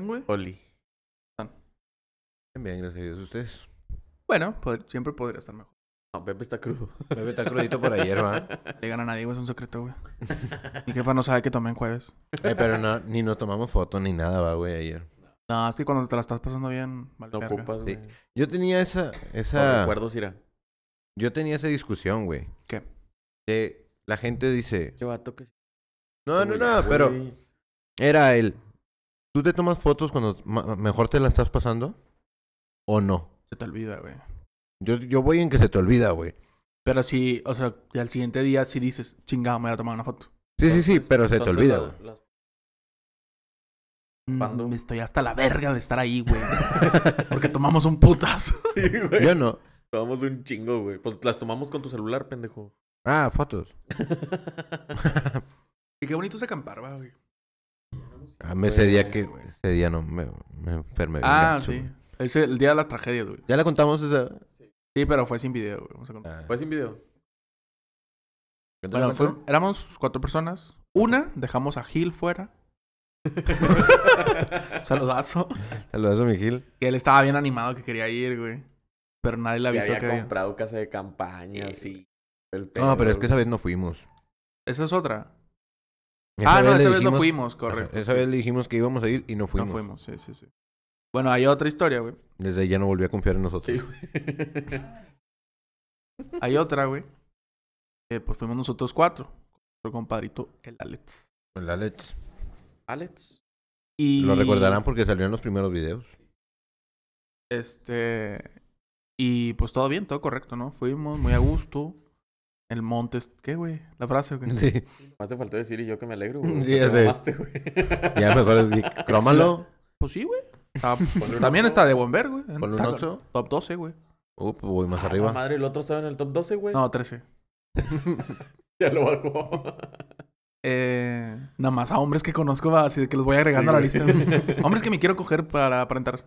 güey? Oli. Bien, gracias a Dios. ¿Ustedes? Bueno, pod- siempre podría estar mejor. No, Pepe está crudo. Bebé está crudito por ayer, ¿va? No Le gana a nadie, güey, es un secreto, güey. Mi jefa no sabe que tomé en jueves. Eh, pero no, ni nos tomamos fotos ni nada, va, güey, ayer. No, es que cuando te la estás pasando bien, vale No verga. ocupas, Sí. güey. Yo tenía esa, No esa, recuerdos, Ira. yo tenía esa discusión, güey. ¿Qué? De la gente dice, Qué vato que... no, no, no, pero era el, ¿tú te tomas fotos cuando ma- mejor te la estás pasando o no? Se te olvida, güey. Yo, yo voy en que se te olvida, güey. Pero sí, o sea, y al siguiente día sí dices, chingado, me voy a tomar una foto. Sí, sí, sí, pero se te olvida, güey. Mm, Cuando- Me estoy hasta la verga de estar ahí, güey. Porque tomamos un putazo. Sí, güey. Yo no. Tomamos un chingo, güey. Pues las tomamos con tu celular, pendejo. Ah, fotos. Y qué bonito es acampar, va, güey. A mí Ah, ese día que, ese día no, me, me enfermé. bien Ah, gacho, sí. güey. Es el día de las tragedias, güey. Ya la contamos esa. Sí, pero fue sin video, güey. Vamos a contar. Ah. ¿Fue sin video? Ah, Bueno, fueron- éramos cuatro personas. Una, dejamos a Gil fuera. Saludazo. Saludos a mi Gil. Que él estaba bien animado que quería ir, güey. Pero nadie le Ya avisó había que había. comprado casa de campaña, sí. El No, pero es pedo, que esa vez no fuimos. Esa es otra. Esa ah, no, le esa vez no dijimos- fuimos, Ajá, correcto. Esa sí. vez le dijimos que íbamos a ir y no fuimos. No fuimos, sí, sí, sí. Bueno, hay otra historia, güey. Desde ahí ya no volvió a confiar en nosotros. Sí, güey. Hay otra, güey. Eh, pues fuimos nosotros cuatro. Nuestro compadrito, el Alex. El Alex. Alex. Y... Lo recordarán porque salió en los primeros videos. Este. Y pues todo bien, todo correcto, ¿no? Fuimos muy a gusto. El monte. es- ¿Qué, güey? ¿La frase o qué? Sí. Más te faltó decir y yo que me alegro, güey. Sí, Te ya sé. mamaste, güey. Ya mejor di- crómalo. Pues sí, güey. Está- Ponle un También ocho. está de buen ver, güey. Con un Saca- 8. Top 12, güey. Uh, pues voy más Ah, la arriba. madre, el otro estaba en el top 12, güey. No, 13. Ya lo bajó. Eh, nada más a hombres que conozco, va, así de que los voy agregando a la Sí, lista. güey. güey. hombres que me quiero coger para aparentar.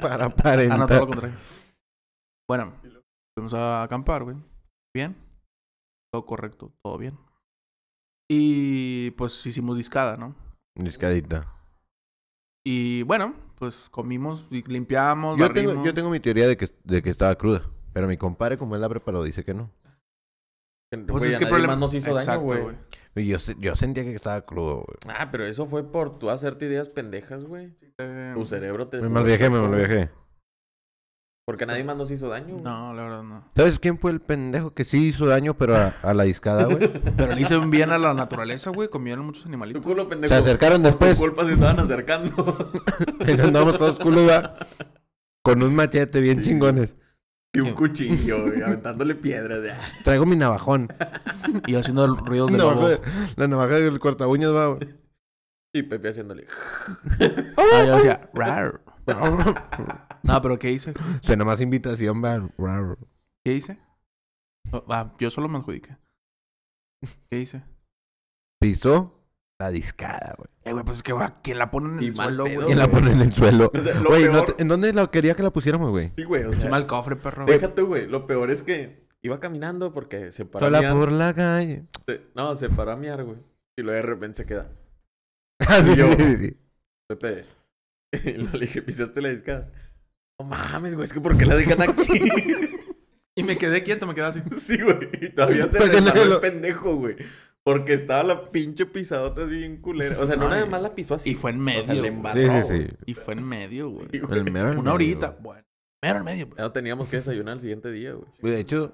Para Ah, no, todo aparentar. lo contrario. Bueno, fuimos a acampar, güey. Bien. Todo correcto, todo bien. Y pues hicimos discada, ¿no? Discadita. Y bueno, pues comimos, y limpiamos, Yo tengo, barrimos. yo tengo mi teoría de que, de que estaba cruda. Pero mi compadre, como él la preparó, dice que no. Pues es que el problema problema nos hizo Exacto, daño, güey. Y yo, se- yo sentía que estaba crudo, güey. Ah, pero eso fue por tú hacerte ideas pendejas, güey. Eh, Tu cerebro te. Me mal viajé, me mal viajé. Porque nadie más nos hizo daño. güey. No, la verdad no. ¿Sabes quién fue el pendejo que sí hizo daño, pero a, a la discada, güey? Pero le hice un bien a la naturaleza, güey. Comieron muchos Tu animalitos. culo pendejo. Se pues. acercaron Por tu después. culpa se estaban acercando. Y andamos todos culos, ¿verdad? Con un machete bien Sí. chingones. y un cuchillo, güey, aventándole piedras. de- Traigo mi navajón. Y yo haciendo ruidos de Navaja lobo. de- la navaja del corta uñas va, güey. Y Pepe haciéndole. Ah, yo decía, rar. No, pero ¿qué hice? Suena más invitación, va. Rar. ¿Qué hice? No, ah, yo solo me adjudiqué. ¿Qué hice? Pisó la discada, güey. Eh, güey, pues es que, güey, ¿quién la pone en Y el mal suelo, pedo, güey? Y la pone en el suelo. O sea, lo Güey, ¿no peor- te- ¿en dónde la quería que la pusiéramos, güey? Sí, güey. O Encima sea, del cofre, perro. güey. déjate, güey. Lo peor es que iba caminando porque se paró a Sola miar. por la calle. se- No, se paró a miar, güey. Y luego de repente se queda. Ah, sí, Y yo- sí, sí, sí. Pepe. Y luego le dije, pisaste la discada. No mames, güey. Es que ¿por qué la dejan aquí? Y me quedé quieto, me quedé así. Sí, güey. Y todavía se Porque resbaló nadie el lo- pendejo, güey. Porque estaba la pinche pisadota así bien culera. O sea, no Ay. nada más la pisó así. Y fue en O sea, le medio. güey. embarró. Sí, sí, güey. sí. Y fue en medio, güey. Sí, güey. El mero al Una medio, horita. güey. Bueno, mero en medio, pues. Ya güey. no teníamos que desayunar al siguiente día, güey. Güey, De hecho...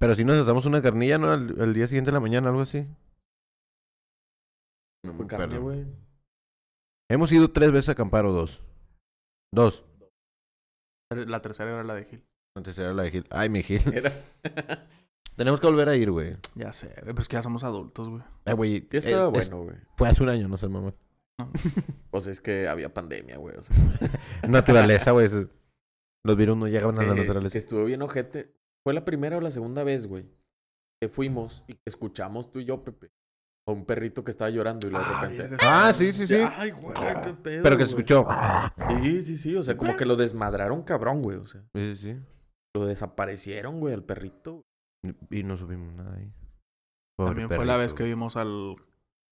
Pero si nos asamos una carnilla, ¿no? Al, al día siguiente de la mañana, algo así. No me Fue carne, acuerdo. güey. Hemos ido tres veces a acampar o dos. Dos. La tercera era la de Gil. Antes era la de Gil. Ay, mi Gil. Era... Tenemos que volver a ir, güey. Ya sé, güey. Pues que ya somos adultos, güey. Ay, güey. Sí estaba eh, es- bueno, güey. fue hace un año, no sé, mamá. O sea, es que había pandemia, güey. O sea, Naturaleza, güey. eso. Los virus no llegaban a la que, que naturaleza. estuvo bien ojete. Fue la primera o la segunda vez, güey, que fuimos y que escuchamos tú y yo, Pepe, a un perrito que estaba llorando y luego de Ah, repente... verga. Ah, sí, sí, sí. Ay, güey, qué pedo, Pero que se güey. escuchó. Ah. Sí, sí, sí. O sea, como que lo desmadraron cabrón, güey. O sea, Sí, sí, sí. lo desaparecieron, güey, al perrito. Y no subimos nada ahí. También fue la vez que vimos al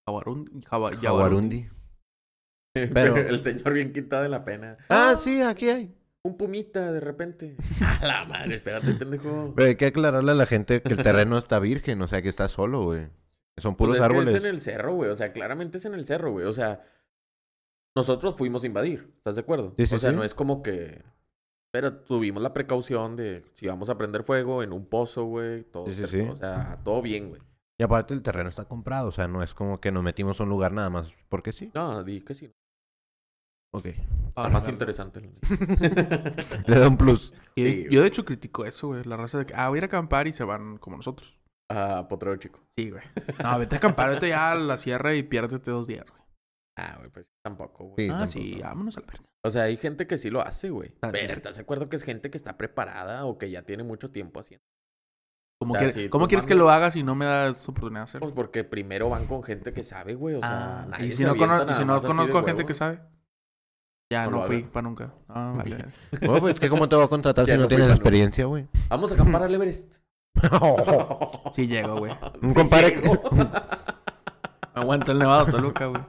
Jabarundi. jaba- Jaguarundi. Pero... Pero- el señor bien quitado de la pena. Ah, sí, aquí hay. Un pumita de repente. A la madre, espérate, pendejo. Pero hay que aclararle a la gente que el terreno está virgen, o sea, que está solo, güey. Son puros Pues es que árboles. es en el cerro, güey. O sea, claramente es en el cerro, güey. O sea, nosotros fuimos a invadir. ¿Estás de acuerdo? Sí, sí, o sea, sí. no es como que. Pero tuvimos la precaución de si vamos a prender fuego en un pozo, güey. Todo, Sí, sí, cerca, sí. O sea, todo bien, güey. Y aparte el terreno está comprado, o sea, no es como que nos metimos a un lugar nada más porque sí. No, di que sí. Ok. Está Ah, más claro. interesante. la neta. Le da un plus. Y Sí, yo de hecho critico eso, güey. La raza de que, ah, voy a ir a acampar y se van como nosotros. Ah, potrero chico. Sí, güey. No, vete a acampar, vete ya a la sierra y piérdete dos días, güey. Ah, güey, pues tampoco, güey. Sí, ah, tampoco. sí, vámonos al verga. O sea, hay gente que sí lo hace, güey. Ah, Pero sí. ¿estás de acuerdo que es gente que está preparada o que ya tiene mucho tiempo haciendo? ¿Cómo, O sea, quieres- sí, pues, cómo tú quieres que mandas- lo hagas si no me das oportunidad de hacerlo? Pues porque primero van con gente que sabe, güey. O sea, Ah, nadie y se si no, avienta cono- y nada si no más así de conozco a gente huevo. que sabe. Ya No no, lo fui hagas. para nunca. Ah, vale. verga. Bueno, pues, ¿qué, ¿cómo te voy a contratar Ya si no, no fui tienes tan- experiencia, güey? Vamos a acampar al Everest. Oh, Sí llego, güey. un compadre... llego. No aguanto el nevado, Toluca, güey.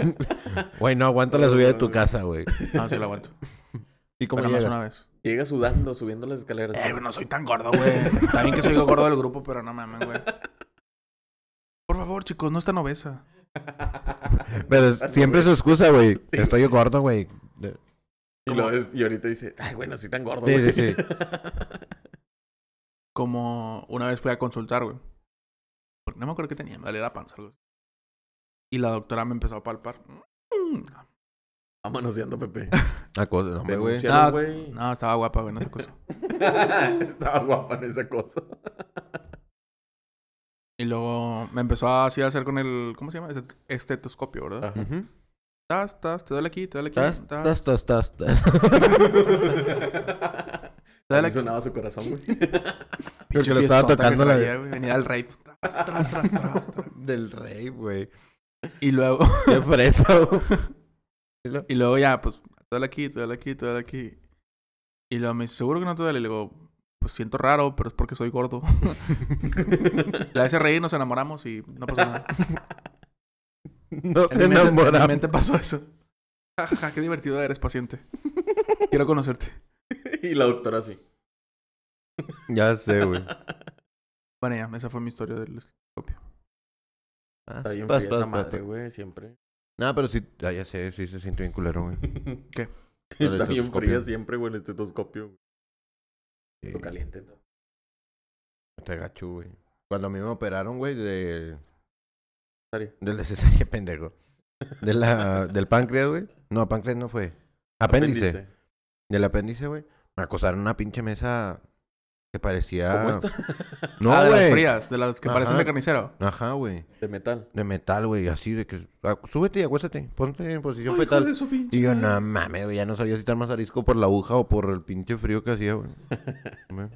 Güey, no aguanta la subida de tu casa, güey. No, sí lo aguanto. ¿Y cómo Pero nomás llegas? una vez. Llega sudando, subiendo las escaleras. Eh, güey, no soy tan gordo, güey. También que soy el gordo del grupo, pero no mames, güey. Por favor, chicos, no es tan obesa. Pero Ah, siempre es su excusa, güey. Estoy gordo, güey. Y, lo ves- y ahorita dice, ay, güey, no soy tan gordo, Sí, güey. sí, sí. Como una vez fui a consultar, güey. Porque no me acuerdo qué tenía, me dolía la panza, güey. Y la doctora me empezó a palpar. Mm. Va manoseando, Pepe. Ah, cosa- no, hombre, güey. Denúncialo, No, güey. No, estaba guapa, güey, no se acusó. Estaba guapa en esa cosa. Y luego me empezó así a hacer con el, ¿cómo se llama? Estet- Estetoscopio, ¿verdad? Ajá. Ujú. Tas, tas, te duele aquí, te duele aquí. Ah. Tas, Tas, tas, tas, tas, tas. te duele Así aquí. sonaba su corazón, güey. Creo Pinche que le estaba fiestota que tocando la- traía, güey. Venía al rape. Tras, tras, tras, tras, tras. Del rey, güey. Y luego, Qué fresa, güey. y luego ya, pues, te duele aquí, te duele aquí, te duele aquí. Y luego me dice, ¿seguro que no te duele? Y le digo, pues siento raro, pero es porque soy gordo. la hice reír, nos enamoramos y no pasó nada. No En se mi mente- En mi enamora. mente pasó eso. Ja, ja, ja, qué divertido eres, paciente. Quiero conocerte. Y la doctora así. Ya sé, güey. Bueno, ya, esa fue mi historia del... Está bien Pas, fría pas, esa pas, madre, pas. güey, siempre. No, pero sí, ah, ya sé, sí se siente bien culero, güey. ¿Qué? El Está bien fría estetoscopio. siempre, güey, el estetoscopio. güey. Sí, Lo caliente. ¿no? Está gacho, güey. Cuando a mí me operaron, güey, de... Cesárea. Del de cesárea, pendejo. De la, del páncreas, güey. No, páncreas no fue. Apéndice. Del apéndice, güey. Me acostaron en una pinche mesa que parecía... ¿Cómo está? No, ah, de las güey. frías, de las que parecen Ajá. de carnicero. Ajá, güey. De metal. De metal, güey. Así de que... ah, Súbete y acuéstate. Ponte en posición Ay, hijo fetal. de su pinche Y yo, madre. no mames, güey, ya no sabía si estar más arisco por la aguja o por el pinche frío que hacía, güey. Ve.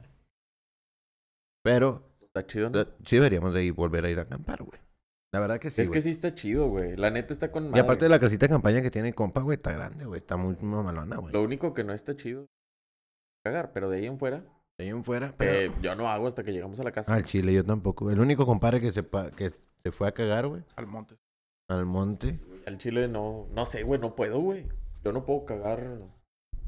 Pero Está chido, ¿no? eh, sí deberíamos de ir, volver a ir a acampar, güey. La verdad que sí, es güey. que sí está chido, güey. La neta está con Y madre. aparte de la casita de campaña que tiene el compa, güey, está grande, güey. Está muy mamalona, güey. Lo único que no está chido es cagar, pero de ahí en fuera, De ahí en fuera, que pero... yo no hago hasta que llegamos a la casa. Al chile, yo tampoco. güey. El único compadre que se, pa- que se fue a cagar, güey, Al monte. al monte. Al chile no, no sé, güey, no puedo, güey. Yo no puedo cagar.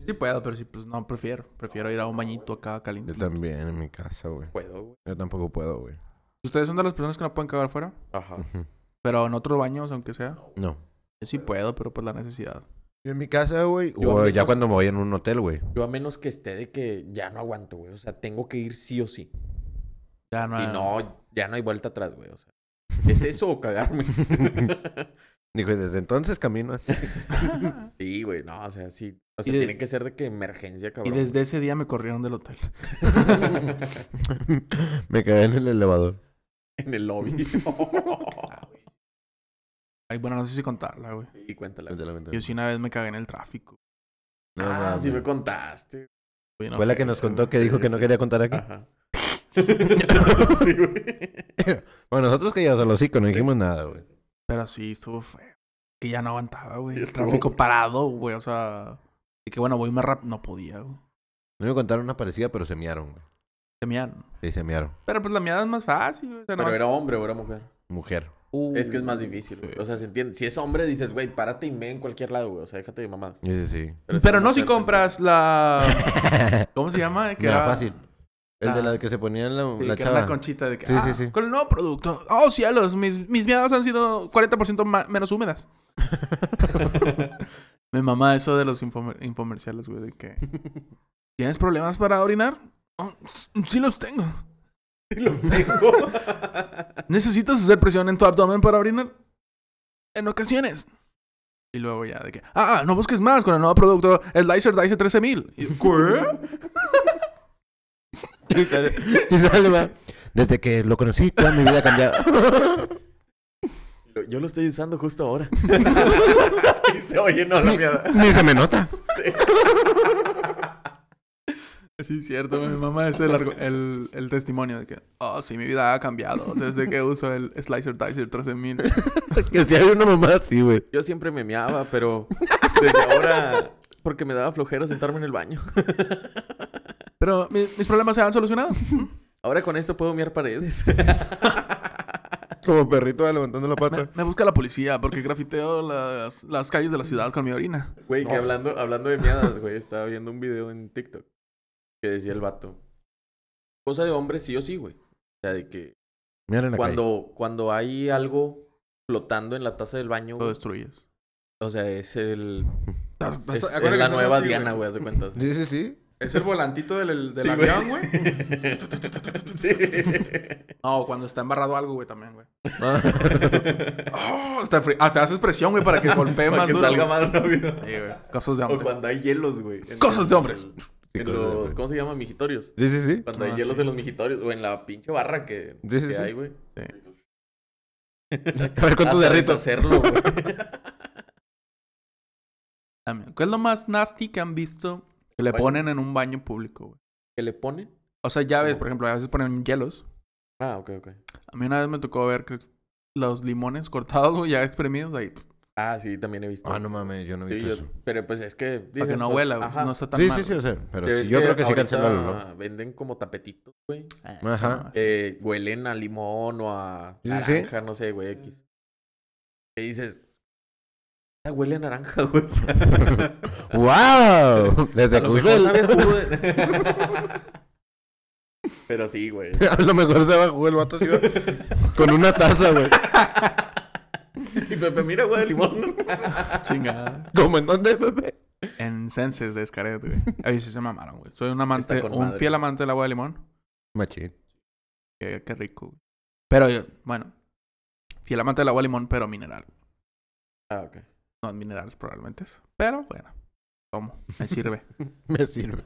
Sí puedo, pero sí, pues no, prefiero. Prefiero ir a un bañito acá Yo caliente. también, en mi casa, güey. Puedo, güey. Yo tampoco puedo, güey. Ustedes son de las personas que no pueden cagar fuera, Ajá. Ujú. pero en otros baños, aunque sea. No. Yo sí puedo, pero pues la necesidad. Yo en mi casa, güey, Yo o al ya menos- cuando me voy en un hotel, güey. Yo a menos que esté de que ya no aguanto, güey. O sea, tengo que ir sí o sí. Ya no. Y no, ya no hay vuelta atrás, güey. O sea, ¿es eso o cagarme? Dijo, y desde entonces camino así. sí, güey, no, o sea, sí. O sea, de- tiene que ser de que emergencia, Y cabrón. desde ese día me corrieron del hotel. Me quedé en el elevador. en el lobby. Ay, bueno, no sé si contarla, güey. y cuéntala. güey. Yo sí una vez me cagué en el tráfico. No, ah, mames. sí me contaste. Fue Fue la que nos contó que dijo que no quería contar aquí. Ajá. sí, güey. Bueno, nosotros que llevamos a los hocico, no dijimos nada, güey. Pero sí, estuvo feo. Que ya no aguantaba, güey. El Estuvo tráfico feo. parado, güey. O sea. Y que bueno, voy más rápido. No podía, güey. No me contaron una parecida, pero se miaron, güey. Se mearon. Sí, se miaron. Pero pues la miada es más fácil, güey. O sea, Pero nomás- uh, era hombre o era mujer. Mujer. Es que es más difícil, güey. O sea, se entiende. Si es hombre, dices, güey, párate y me en cualquier lado, güey. O sea, déjate de mamadas. Sí, sí, sí. es Pero una no si mujer, compras la... ¿Cómo se llama? No Que era Ah. era fácil. El de la- la que se ponía en la, Sí, la que era una chava. conchita de que, Sí, ah, sí, sí. con el nuevo producto. Oh, cielos, mis, mis miadas han sido 40% ma- menos húmedas. Me mamá eso de los infomer- infomerciales, güey, de que... ¿Tienes problemas para orinar? "Oh, s- sí los tengo. ¿Necesitas hacer presión en tu abdomen para orinar? En ocasiones. Y luego ya de que... Ah, ah, no busques más con el nuevo producto Slicer Dicer 13000. Y yo, ¿Qué? Y sale- y sale, va, Desde que lo conocí, toda mi vida ha cambiado. Lo- Yo lo estoy usando justo ahora. y se oye, no, la mierda. Ni se me nota. Sí, es cierto, mi mamá es el, argu- el, el testimonio de que, oh, sí, mi vida ha cambiado desde que uso el Slicer Dicer 13000. Que si hay una mamá así, güey. Yo siempre me meaba, pero desde ahora... Porque me daba flojera sentarme en el baño. Pero mi- mis problemas se han solucionado. Ahora con esto puedo mirar paredes. Como perrito va levantando la Me, pata. me busca la policía porque grafiteo las, las calles de la ciudad con mi orina. Güey, que hablando, hablando de miadas, güey, estaba viendo un video en TikTok que decía el vato. Cosa de hombre, sí o sí, güey. O sea, de que Mira en la calle. cuando, cuando hay algo flotando en la taza del Lo baño, güey, destruyes. o sea, es el Tas- tas- es, acuérdate es la que son nueva así, Diana, güey, haz de cuenta. Sí, sí, sí. Es el volantito del, del Sí, güey. avión, güey. Sí. No, cuando está embarrado algo, güey, también, güey. Ah, Oh, hasta, fri- hasta haces presión, güey, para que golpee Para más que duro. salga güey. más rápido. Sí, güey. Cosas de O hambre. cuando hay hielos, güey. en- Cosas de hombres. sí, En cosas de los, hombre. ¿Cómo se llama? Mijitorios. Sí, sí, sí. Cuando Ah, hay hielos sí. en los mijitorios o en la pinche barra que, Sí, sí, que sí. hay, güey. A ver cuánto Hasta derrito. deshacerlo, güey. También. ¿Qué es lo más nasty que han visto que le Baño. ponen en un baño público, güey? ¿Que le ponen? O sea, ya ves, ¿Cómo? por ejemplo, a veces ponen hielos. Ah, ok, ok. A mí una vez me tocó ver que los limones cortados, güey, ya exprimidos ahí. Ah, sí, también he visto. Ah, no mames, yo no he Sí, visto yo- eso. pero pues es que... Para que dices, no pues, huela, güey. ajá. No está tan Sí, mal. sí, sí, o sea, pero Pero sí, es yo creo que sí ahorita cancelaron, ¿no? Venden como tapetitos, güey. güey. Ajá. No, Que eh, huelen a limón o a Sí, sí, sí. naranja, no sé, güey, X. Que dices... "Ah, Huele a naranja, güey. o sea, ¡Wow! a Desde lo mejor sabe a Google. jugo de- Pero sí, güey. A lo mejor se va a jugar el vato así, güey, con una taza, güey. Y Pepe, mira, güey, de limón. Chingada. ¿Cómo en dónde, Pepe? En Senses de Escaret, güey. Ay, sí se mamaron, güey. Soy un amante, Está con un madre. fiel amante del agua de limón. Machín. Qué, qué rico, güey. Pero yo, bueno. Fiel amante del agua de limón, pero mineral. Ah, ok. No es mineral, probablemente es. Pero bueno. Tomo. Me sirve. Me sirve.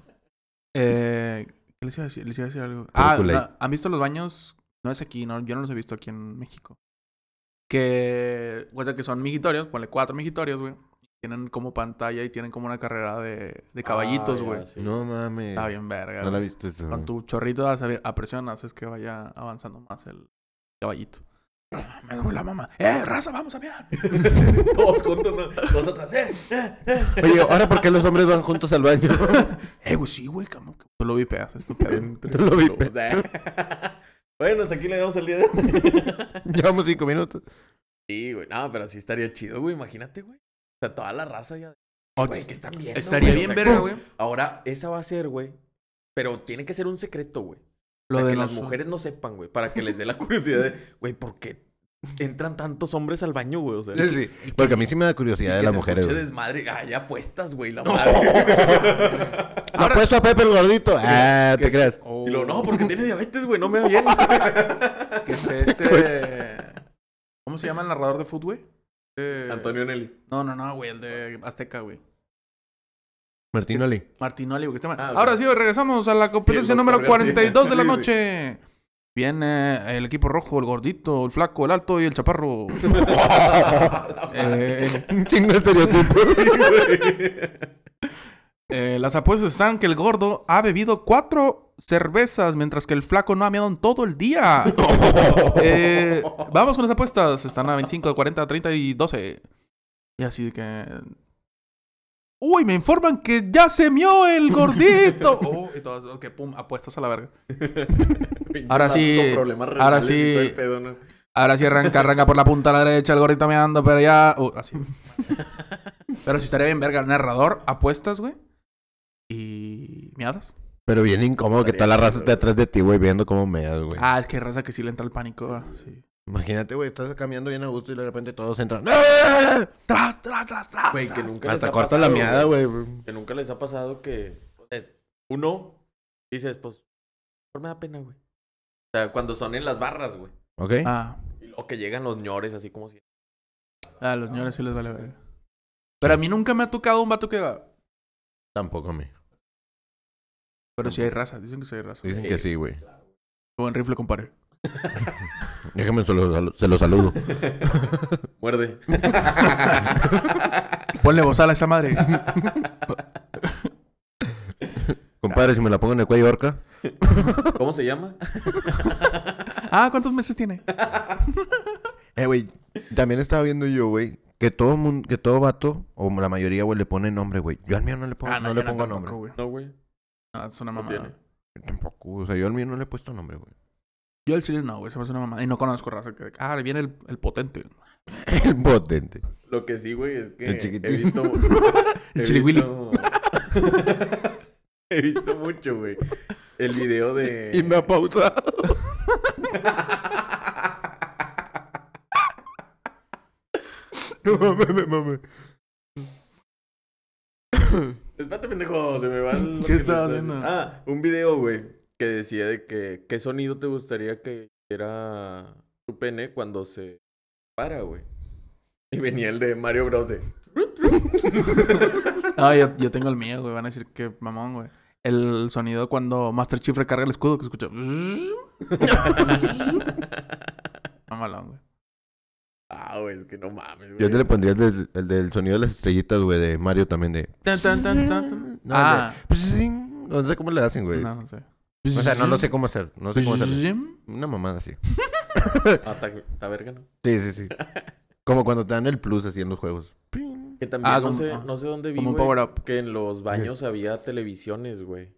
Eh, ¿Qué les iba a decir? Les iba a decir algo. Ah, Kool-Aid. la- ¿han visto los baños? No es aquí, no, yo no los he visto aquí en México. Que, o sea, que son mijitorios, ponle cuatro mijitorios, güey. Tienen como pantalla y tienen como una carrera de, de caballitos, Ah, ya, güey. sí. No mames. Está bien verga, No la he güey. visto eso. Con güey. tu chorrito a, saber- a presión haces que vaya avanzando más el caballito. Ah, Me duele la mamá. ¡Eh, raza, vamos a mirar! Todos juntos, ¿no? Todos atrás. ¡Eh! Oye, ¿ahora por qué los hombres van juntos al baño? ¡Eh, güey, sí, güey! como que Tú lo vipeas, es tu pedo. Yo lo vi. pe- bueno, hasta aquí le damos el día de hoy. Llevamos cinco minutos. Sí, güey. No, pero sí estaría chido, güey. Imagínate, güey. O sea, toda la raza ya. Oh, Güey, que están viendo. Estaría güey? O bien sea, verga, ¿cómo? güey. Ahora, esa va a ser, güey. Pero tiene que ser un secreto, güey. Lo para de que las los- mujeres no sepan, güey. Para que les dé la curiosidad de, güey, ¿por qué entran tantos hombres al baño, güey? O sea, Sí, sí. Porque a mí sí me da curiosidad de que las se mujeres. escuche güey. desmadre. Ah, ya apuestas, güey, la madre. Lo apuesto a Pepe el gordito. Ah, te que- creas. Oh. y lo no, porque tiene diabetes, güey. No me va bien. Que esté este. ¿Cómo se llama el narrador de fútbol, güey? Eh, Antonio Nelly. No, no, no, güey, el de Azteca, güey. Martín Oli. Martinoli, güey. que se llama- Ah, ok. Ahora sí, güey, regresamos a la competencia Sí, el número doctor García. 42 de la Sí, sí. noche. Viene el equipo rojo, el gordito, el flaco, el alto y el chaparro. Eh, Un chingo de estereotipos. eh, las apuestas están que el gordo ha bebido cuatro cervezas, mientras que el flaco no ha meado en todo el día. Eh, vamos con las apuestas. Están a 25, 40, 30 y 12. Y así de que. Uy, me informan que ya se mió el gordito. Oh, y todas, ok, pum, apuestas a la verga. Pinche Ahora vato sí, con problemas ahora renales y todo sí. el pedo, ¿no? Ahora sí arranca, arranca por la punta a la derecha, el gordito me ando, pero ya. Uh, así. pero si estaría bien, verga. Narrador, apuestas, güey. Y. miadas. Pero bien incómodo que está la raza de atrás de ti, güey, viendo cómo meas, güey. Ah, es que hay raza que sí le entra el pánico. ah, sí. Imagínate, güey, estás caminando bien a gusto y de repente todos entran. Tras, tras, tras, tras. Güey, que tras. nunca les Hasta ha corta la pasado, miada, güey. Que nunca les ha pasado que eh, uno dices, pues, mejor me da pena, güey. O sea, cuando son en las barras, güey. ¿Ok? Ah, Y luego que llegan los ñores así como si... a los señores sí les vale verga. Pero a mí nunca me ha tocado un vato que va. Tampoco a mí. Pero sí hay raza, dicen que sí hay raza. Dicen que sí, güey. Buen rifle, compadre. Déjame, se lo, salu- se lo saludo. Muerde. Ponle bozal a esa madre. Compadre, si me la pongo en el cuello orca. ¿Cómo se llama? Ah, ¿cuántos meses tiene? Eh, güey, también estaba viendo yo, güey, que todo mundo, que todo vato, o la mayoría, güey, le pone nombre, güey. Yo al mío no le pongo, Ah, no, le yo pongo tampoco, nombre. güey. No, güey. No, es una No mamada. tiene. Yo tampoco, o sea, yo al mío no le he puesto nombre, güey. Yo el chile no, güey. Se me hace una mamada. Y no conozco raza. Que... Ah, viene el, el potente. El potente. Lo que sí, güey, es que El chiquitín. he visto... El he chilihuili. visto- he visto mucho, güey. El video de... Y me ha pausado. no mames, me mames. Espérate, pendejo, se me va el... ¿Qué estaba haciendo? Ah, un video, güey, que decía de que... ¿Qué sonido te gustaría que hiciera tu pene cuando se para, güey? Y venía el de Mario Bros. de... No, yo, yo tengo el mío, güey. Van a decir que mamón, güey. El sonido cuando Master Chief recarga el escudo que escucha. Mamalón, güey. Ah, güey, es que no mames, güey. Yo te le pondría el del, el del sonido de las estrellitas, güey, de Mario también, de... Tan, tan, tan, tan, tan. No, ah, el de- Psing. No sé cómo le hacen, güey. no, no sé. O sea, no lo sé cómo hacer. No sé cómo hacer. Una mamada así. Ah, está- está verga, ¿no? Sí, sí, sí. Como cuando te dan el plus así en los juegos. Que también Ah, no, como- sé, ah. no sé dónde vi, Como un güey, power-up. que en los baños había televisiones, güey.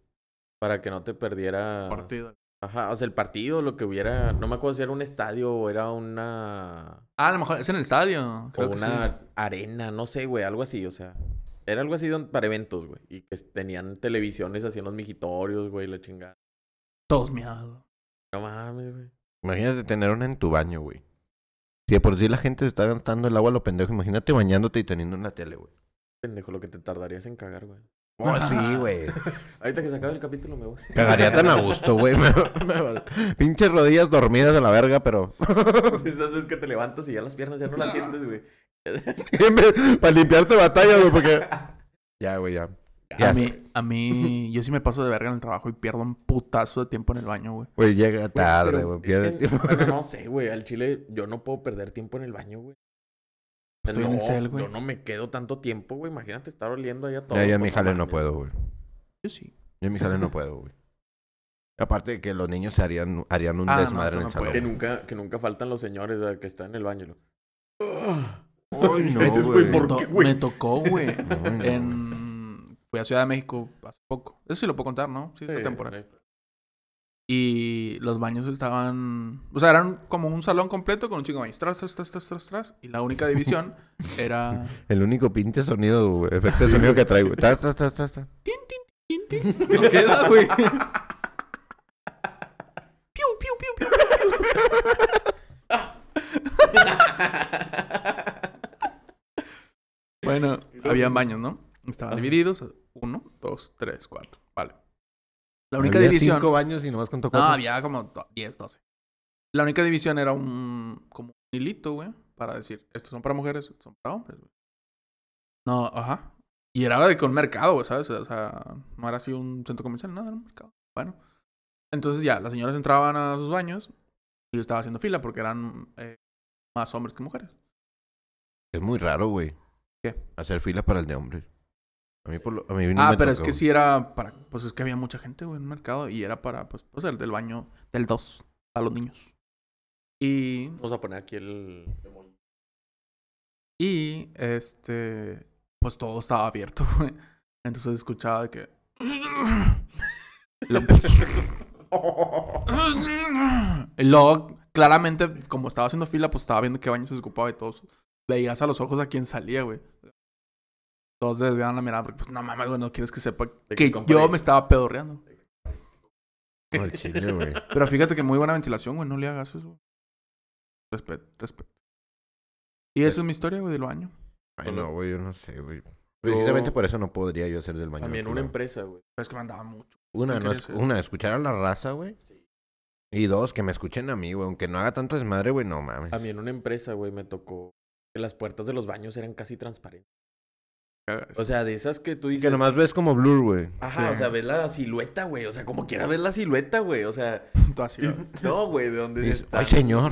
Para que no te perdieras... Partido. Ajá, o sea, el partido, lo que hubiera... No me acuerdo si era un estadio o era una... Ah, a lo mejor es en el estadio. Creo o que una sí. arena, no sé, güey, algo así, o sea. Era algo así don- para eventos, güey. Y que tenían televisiones así en los mijitorios, güey, la chingada. Todos miados. No mames, güey. Imagínate tener una en tu baño, güey. Si de por sí la gente se está gastando el agua a lo pendejo, imagínate bañándote y teniendo una tele, güey. Pendejo, lo que te tardarías en cagar, güey. Oh, sí, güey. Ahorita que se acabe el capítulo me voy. Cagaría tan a gusto, güey. Me- me- Pinches rodillas dormidas de la verga, pero... Esas veces que te levantas y ya las piernas ya no las sientes, güey. Para limpiarte batalla, güey, porque... Ya, güey, ya. Ya, A mí, a mí, yo sí me paso de verga en el trabajo y pierdo un putazo de tiempo en el baño, güey. Güey, Pues llega Güey, tarde, pero güey. es Pierde que- tiempo. Bueno, no sé, güey. Al chile yo no puedo perder tiempo en el baño, güey. O sea, Estoy en el cel, güey. Yo no me quedo tanto tiempo, güey. Imagínate estar oliendo ahí a todo. Ya, yo en pues, mi jale no mames. puedo, güey. Yo sí. Yo en mi jale no puedo, güey. Aparte de que los niños se harían, harían un Ah, no, desmadre eso en no el salón. Que nunca, que nunca faltan los señores ¿verdad? que están en el baño. y lo- Ah. Ay, no, Ese es, güey, güey. Me, ¿por to- qué, güey? me tocó, güey. Ay, no, en... Fui a Ciudad de México hace poco. Eso sí lo puedo contar, ¿no? Sí, esta Sí, temporada. no hay- Y los baños estaban... O sea, eran como un salón completo con un chingo de baños. Tras, tras, tras, tras, tras, tras. Y la única división era... El único pinche sonido, güey, efecto de sonido que trae, güey. Tas, tas, tas, tas, tas. Tin, tin. No queda, güey. Piu, piu, piu, piu. Bueno, había baños, ¿no? Estaban divididos. Uno, dos, tres, cuatro. Vale. La única Había división... cinco baños y nomás contó No, cuatro. había como do- 10, 12. La única división era un... Como un hilito, güey. Para decir, estos son para mujeres, estos son para hombres, güey. No, ajá. Y era de con mercado, güey, ¿sabes? O sea, no era así un centro comercial, nada, era un mercado. Bueno. Entonces ya, las señoras entraban a sus baños. Y yo estaba haciendo fila porque eran eh, más hombres que mujeres. Es muy raro, güey. ¿Qué? Hacer filas para el de hombres. A mí por lo... A mí no ah, me pero toca, es que güey. sí era para... Pues es que había mucha gente, güey, en el mercado. Y era para, pues, pues el del baño del 2. Para los niños. Y... Vamos a poner aquí el... Y este, pues todo estaba abierto, güey. Entonces escuchaba de que. Lo- Y luego, claramente, como estaba haciendo fila, pues estaba viendo qué baño se ocupaba y todos. Veías a los ojos a quien salía, güey. Todos desviaban la mirada porque, pues, no mames, güey, no quieres que sepa De que que compré. yo me estaba pedorreando. Al chile, güey. Pero fíjate que muy buena ventilación, güey. No le hagas eso. Respeto, respeto. Y esa es mi historia, güey, del baño. Ay, no, güey, yo no sé, güey. Precisamente Yo- por eso no podría yo hacer del baño. También una privado. empresa, güey. Es que me andaba mucho. Una, ¿Qué no, querías es- hacer? una, escuchar a la raza, güey. Y dos, que me escuchen a mí, güey. Aunque no haga tanto desmadre, güey, no mames. A mí en una empresa, güey, me tocó que las puertas de los baños eran casi transparentes. O sea, de esas que tú dices... Que nomás ves como blur, güey. Ajá, o sea, ves la silueta, güey. O sea, como quiera ves la silueta, güey. O sea, Tú así, güey. no, güey, de dónde Dices, estás? "Ay, señor".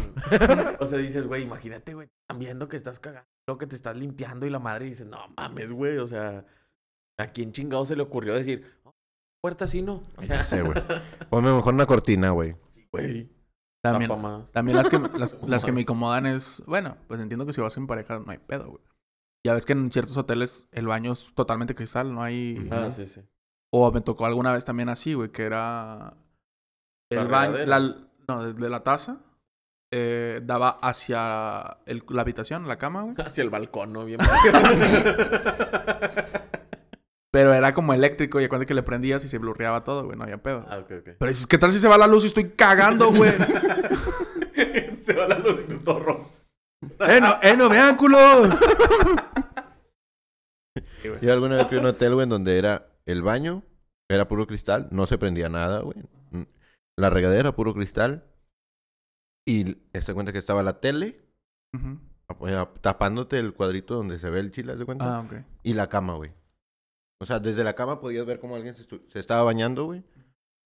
O sea, dices, güey, imagínate, güey, están viendo que estás cagando, que te estás limpiando y la madre dice, no mames, güey. O sea, ¿a quién chingado se le ocurrió decir, "Oh, puerta sí, no? O sea, Sí, güey. Ponme mejor una cortina, güey. güey, También, tapa más. también las, que, las, las que me incomodan es... Bueno, pues entiendo que si vas en pareja no hay pedo, güey. Ya ves que en ciertos hoteles el baño es totalmente cristal, no hay... Ah, sí, sí. O me tocó alguna vez también así, güey, que era... La El baño... regadera. la- no, desde la taza eh, daba hacia el- la habitación, la cama, güey. Hacia el balcón, ¿no? Bien. Pero era como eléctrico y acuérdate que le prendías y se blurreaba todo, güey, no había pedo. ah, ok, ok. Pero dices, ¿qué tal si se va la luz y estoy cagando, güey? se va la luz de todo rojo. ¡Eh, no, eh, no vean, culos! Yo alguna vez fui a un hotel, güey, en donde era el baño, era puro cristal, no se prendía nada, güey. Mm. La regadera, puro cristal. Y se cuenta que estaba la tele, Ujú. ap- eh, ap- tapándote el cuadrito donde se ve el chile, haz de cuenta? Ah, ok. Y la cama, güey. O sea, desde la cama podías ver cómo alguien se, estu- se estaba bañando, güey.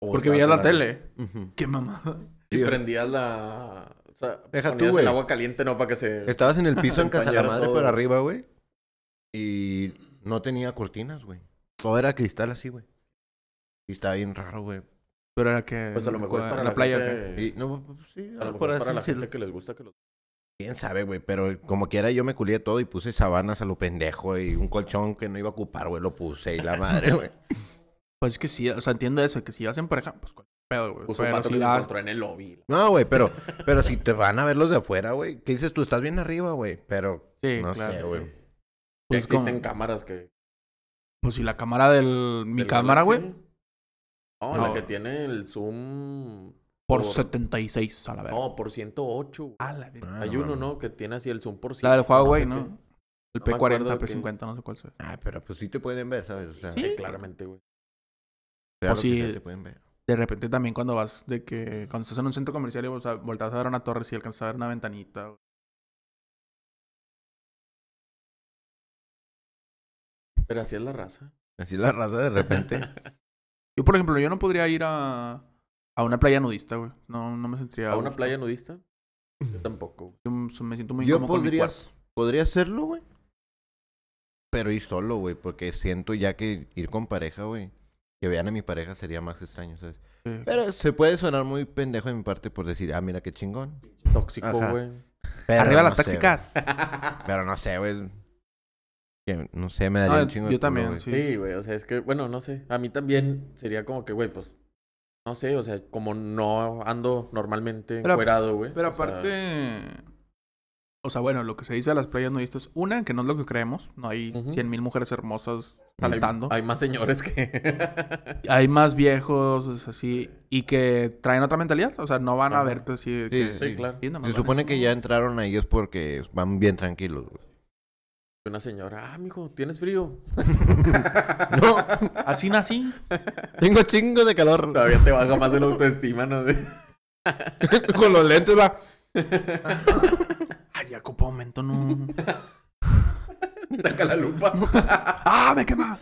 O Porque estaba veías la cagando. tele. Ujú. Qué mamada. Y Sí, o- prendías la. O sea, Deja tú, ponías güey. el agua caliente, ¿no? Para que se. Estabas en el piso en El casa de la pañuelo madre todo. para arriba, güey. Y no tenía cortinas, güey. Todo era cristal así, güey. Y estaba bien raro, güey. Pero era que. Pues a lo mejor es en para la playa. ¿o qué? gente- Y no, pues, sí, A lo mejor por es así para la decirlo. gente que les gusta que los. Quién sabe, güey, pero como quiera yo me culié todo y puse sabanas a lo pendejo y un colchón que no iba a ocupar, güey, lo puse y la madre, güey. Pues es que sí, o sea, entiendo eso, que si vas en pareja, pues ah, cuál pedo, güey. Puso un Pero vato si que se vas. encontró en el lobby. No, güey, pero, pero si te van a ver los de afuera, güey, ¿qué dices tú? Estás bien arriba, güey, pero Sí, no sé, claro. güey. sí. Ya Pues, existen como- cámaras que. pues si la cámara del. Mi del cámara, Galaxy. güey. No, No. la que tiene el Zoom. Por por- 76, a la verga. No, por 108. güey. A la verga. Ah, Hay uno, mames. ¿no? Que tiene así el Zoom por 100. La del Huawei, sé ¿no? qué. El Ah, No me acuerdo P40, de qué. P50, no sé cuál sea. Ah, pero pues sí te pueden ver, ¿sabes? O sea, Sí. Eh, Claramente, güey. Pues sea O lo que sí. sea, te pueden ver. De repente también cuando vas de que. Cuando estás en un centro comercial y o sea, volteas a ver una torre, si alcanzas a ver una ventanita. güey. Pero así es la raza. Así la raza de repente. Yo, por ejemplo, yo no podría ir a. A una playa nudista, güey. No, no me sentiría. ¿A una gusto. playa nudista? Mm. Yo tampoco. Yo me siento muy yo incómodo con mi podría, cuerpo. podría hacerlo, güey. Pero ir solo, güey, porque siento ya que ir con pareja, güey. Que vean a mi pareja sería más extraño, ¿sabes? Sí. Pero se puede sonar muy pendejo de mi parte por decir, ah, mira qué chingón. Tóxico, Ajá. güey. Pero Arriba las no sé, tácticas. güey. Pero no sé, güey. Que, No sé, me Ah, daría un chingo de yo culo, también, güey. sí. Sí, güey, o sea, es que, bueno, no sé. A mí también sería como que, güey, pues, no sé, o sea, como no ando normalmente Pero- encuerado, güey. Pero o sea, aparte. O sea, bueno, lo que se dice de las playas nudistas, una, que no es lo que creemos, no hay Ujú. 100.000 mujeres hermosas hay- saltando. Hay, Hay, más señores que... más viejos, es así, y que traen otra mentalidad, o sea, no van a Ajá. verte así. de Sí, que- sí, claro. Sí, nada más Se van supone así. que ya entraron a ellos porque van bien tranquilos, güey. Una señora, ah, mijo, ¿tienes frío? No, Así nací. tengo chingo de calor. Todavía te baja más el autoestima, ¿no? De- Con los lentes va. Ay, ya copa aumento, no. Saca la lupa. ¡Ah, me quema!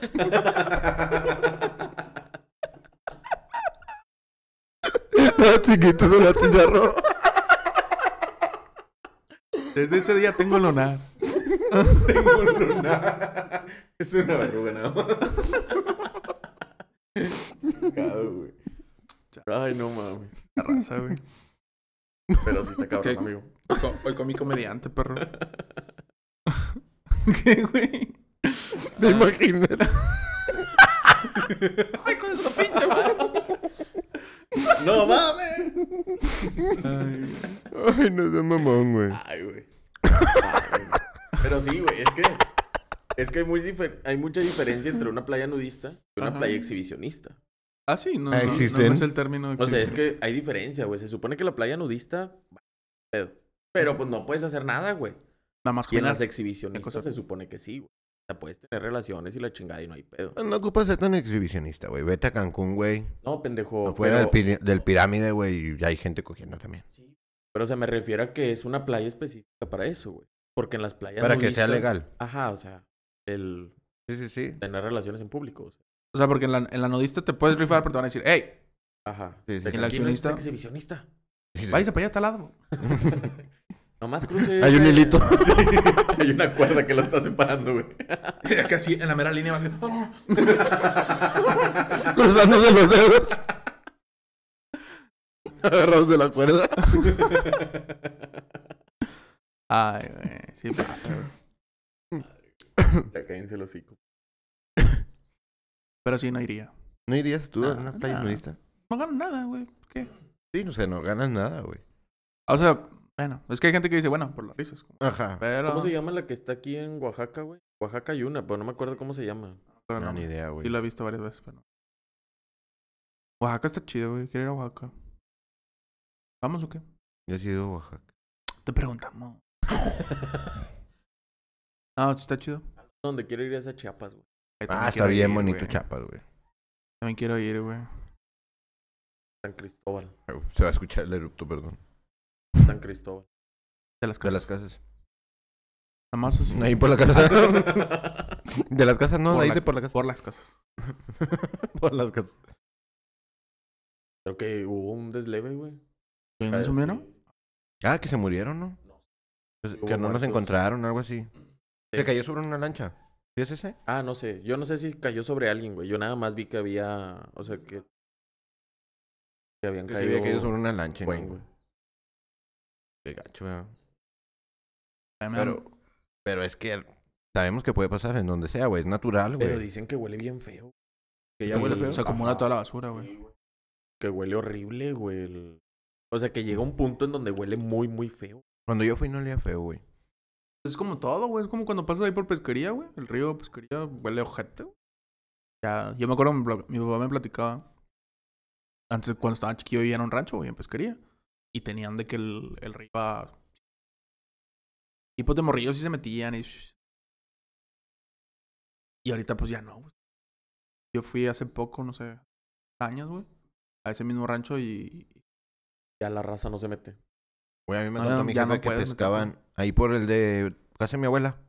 Los chiquitos de la chicharro. Desde ese día tengo lunar. Tengo un lunar. Es una verruga, nada más. Chingado, güey. Ay, no mames. La raza, güey. Pero sí está cabrón, Ok. amigo. Hoy co- Hoy comí comediante, perro. ¿Qué, güey? Me imagino. ¡Ay, con esa pinche madre! ¡No mames! Ay, no seas mamón, güey. Ay, güey. Pero sí, güey, es que. Es que hay, muy difer- hay mucha diferencia entre una playa nudista y una Ajá. playa exhibicionista. Ah, sí, no, Ah, no, no, no ¿existen? es el término. O sea, es exhibicionista. que hay diferencia, güey. Se supone que la playa nudista. pedo. Pero pues no puedes hacer nada, güey. Nada más Y en caminar. las Qué cosa. exhibicionistas se supone que sí, güey. O sea, puedes tener relaciones y la chingada y no hay pedo. Pues No ocupas ser tan exhibicionista, güey. Vete a Cancún, güey. No, Oh, pendejo. Afuera del, pero- piri- del pirámide, güey. y Ya hay gente cogiendo también. Sí, Pero se me refiero a que es una playa específica para eso, güey. Porque en las playas. Para que sea nudistas- legal. Ajá, o sea, el Sí, sí, sí. tener relaciones en público. o sea, O sea, porque en la, en la nodista te puedes rifar, pero te van a decir, hey, Ajá. Sí, sí, De sí. que ¿El aquí no existe accionista? exhibicionista. váyase para allá hasta al lado. Nomás cruce. Hay un ese- hilito. Sí, Hay una cuerda que lo está separando, güey. Casi en la mera línea vas a- Cruzándose los dedos. Agarrados de la cuerda. Ay, güey, sí pasa, güey. Ya cállense el hocico. Pero sí, no iría. ¿No irías tú a No, una playa no. nudista? No gano nada, güey. ¿Qué? Sí, no sé, no ganas nada, güey. O sea, bueno, es que hay gente que dice, bueno, por las risas. Ajá. Pero... ¿Cómo se llama la que está aquí en Oaxaca, güey? Oaxaca hay una, pero no me acuerdo cómo se llama. pero No, no, ni idea, güey. Sí lo he visto varias veces, pero no. Oaxaca está chido, güey. Quiero ir a Oaxaca. ¿Vamos o qué? Yo he sido a Oaxaca. Te preguntamos. Ah, sí está chido. Donde quiero ir es a Chiapas, güey. Ahí también Ah, está quiero bien ir, bonito güey. Chapas, güey. También quiero ir, güey. San Cristóbal. Se va a escuchar el erupto, perdón. San Cristóbal. De las De casas. las casas. Nada más, o sea, Ahí por la casa. de las casas, no, Por ahí la- de por la casa. por las casas. por las casas. Creo que hubo un desleve, güey. Ah, ¿Lo no menos? asumieron? Ah, que se murieron, ¿no? No. Pues, Hubo que no muertos. los encontraron, algo así. Sí. Se cayó sobre una lancha. ¿Sí es ese? Ah, no sé. Yo no sé si cayó sobre alguien, güey. Yo nada más vi que había. O sea, que. Que habían Que se caído. había caído sobre una lancha. ¿no? Güey, güey. Qué gacho, ¿verdad? Ay, me da- Pero, pero es que sabemos que puede pasar en donde sea, güey. Es natural, Pero güey. dicen que huele bien feo. Que Entonces, huele feo. Se acumula Ajá. toda la basura, güey. Sí, güey. Que huele horrible, güey. el- O sea, que llega un punto en donde huele muy, muy feo. Cuando yo fui no olía feo, güey. Es como todo, güey. Es como cuando pasas ahí por pesquería, güey. El río de pesquería huele a ojete, güey. Ya, yo me acuerdo, mi pla- mi papá me platicaba. Antes, cuando estaba chiquillo, vivía en un rancho, güey, en pesquería. Y tenían de que el, el río a... Y pues de morrillos sí se metían y... Y ahorita pues ya no, güey. Yo fui hace poco, no sé, años, güey. A ese mismo rancho y... Ya la raza no se mete. Güey, a mí me No, contó no, mi ya jefe no que puedes meterte. pescaban ahí por el de casa de mi abuela.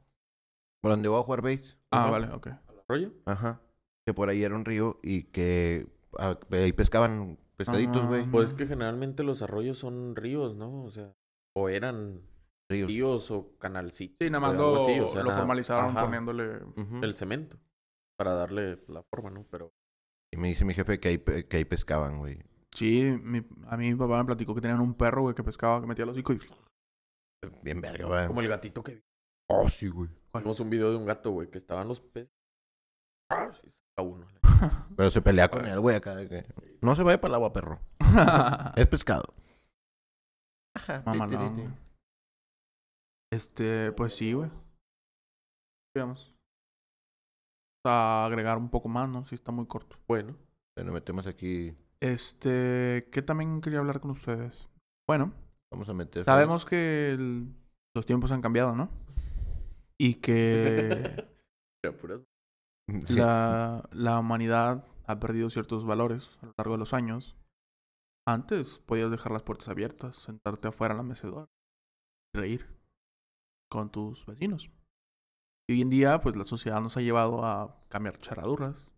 Por donde voy a jugar base. Ah, Ajá. vale, ok. ¿Rollo? Ajá. Que por ahí era un río y que ah, ahí pescaban pescaditos, güey. mames. Pues es que generalmente los arroyos son ríos, ¿no? O sea, o eran Ríos. ríos o canalcitos. Sí, nada o más Pues, algo lo, así, o sea, lo nada- formalizaron ajá, poniéndole... Ujú. el cemento para darle la forma, ¿no? Pero Y me dice mi jefe que ahí, pe- que ahí pescaban, güey. Sí, mi- a mí mi papá me platicó que tenían un perro, güey, que pescaba, que metía los hocico y... Bien verga, güey. como el gatito que Oh, sí, güey. ¿Cuál? vimos un video de un gato, güey, que estaban los peces. ¡Ah! Sí, saca uno. Pero se pelea con él, güey, acá. de que, No se vaya para el agua, perro. Es pescado. Ajá, Mamá, ti, ti, no, ti, ti. güey. Este, pues sí, güey. Vamos a agregar un poco más, ¿no? Sí, está muy corto. Bueno, Bueno, metemos aquí. Este, que también quería hablar con ustedes. Bueno, Vamos a meter. sabemos que el- los tiempos han cambiado, ¿no? Y que Eh. pero puras- Sí. la, la humanidad ha perdido ciertos valores a lo largo de los años. Antes podías dejar las puertas abiertas, sentarte afuera en la mecedora, y reír con tus vecinos. Y hoy en día, pues la sociedad nos ha llevado a cambiar charraduras.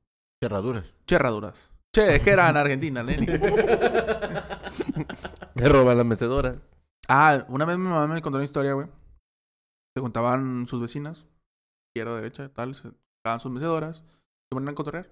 Cerraduras. Cherraduras. Che, que era en Argentina, nene. Que roban la mecedora. Ah, una vez mi mamá me contó una historia, güey. Se juntaban sus vecinas, izquierda, derecha, tal, se juntaban sus mecedoras, se ponían a cotorrear.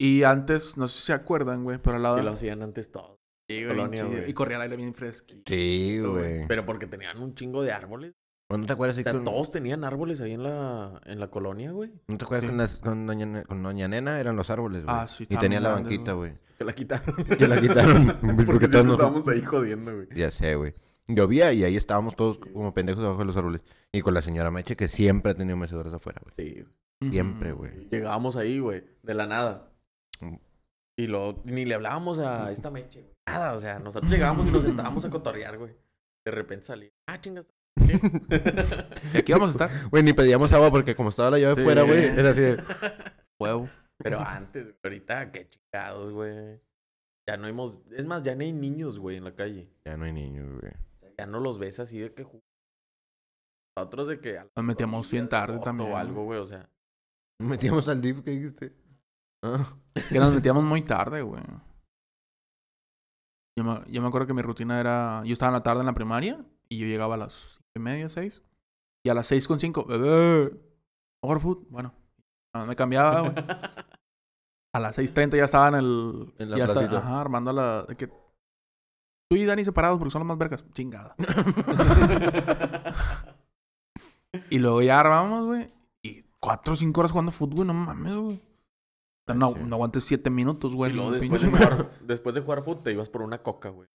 Y antes, no sé si se acuerdan, güey, pero al lado que de lo hacían antes todo. Sí, güey, Colonia, bien chido. güey. Y corría el aire bien fresquito. Sí, güey. Pero porque tenían un chingo de árboles. ¿O no te O acuerdas así sea, con, todos tenían árboles ahí en la, en la colonia, güey. ¿No te acuerdas Sí. con, las- con doña, Ne- con doña Nena? Eran los árboles, güey. Ah, sí, Y estaban tenía muy la grandes, banquita, güey. Que la quitaron. Que la quitaron. Porque Porque todos todos nos- estábamos ahí jodiendo, güey. Ya sé, güey. Llovía y ahí estábamos todos como pendejos abajo de los árboles. Y con la señora Meche, que siempre ha tenido mecedoras afuera, güey. Sí, Siempre, Ujú. güey. llegábamos ahí, güey, de la nada. Mm. Y luego ni le hablábamos a esta meche, güey. Nada, o sea, nosotros llegábamos y nos sentábamos a cotorrear, güey. De repente salí. Ah, chingas. ¿qué?" Y aquí vamos a estar. Güey, ni pedíamos agua porque como estaba la llave Sí. fuera, güey, era así de... Huevo. Pero antes, güey, ahorita, qué chingados, güey. Ya no hemos. Es más, ya no hay niños, güey, en la calle. Ya no hay niños, güey. Ya no los ves así de que ju- Nosotros de que. a las Nos metíamos orillas bien de tarde Joto también, O algo, güey, o sea. Metíamos al DIF, ¿qué dijiste? Ah, Que nos metíamos muy tarde, güey. Yo me, yo me acuerdo que mi rutina era... Yo estaba en la tarde en la primaria y yo llegaba a las cinco y media, seis. Y a las seis con cinco... ¡Bebé! ¿Over food? Bueno. ah, Me cambiaba, güey. A las 6.30 ya estaba en el... En la ya estaba, placita. ajá, armando la... de que- Tú y Dani separados porque son los más vergas. Chingada. y luego ya armamos, güey. Y cuatro o cinco horas jugando fútbol, no mames, güey. O sea, Ay, No, sí. no aguantes siete minutos, güey. y luego en un después de, pinche- jugar, después de jugar fútbol, te ibas por una coca, güey.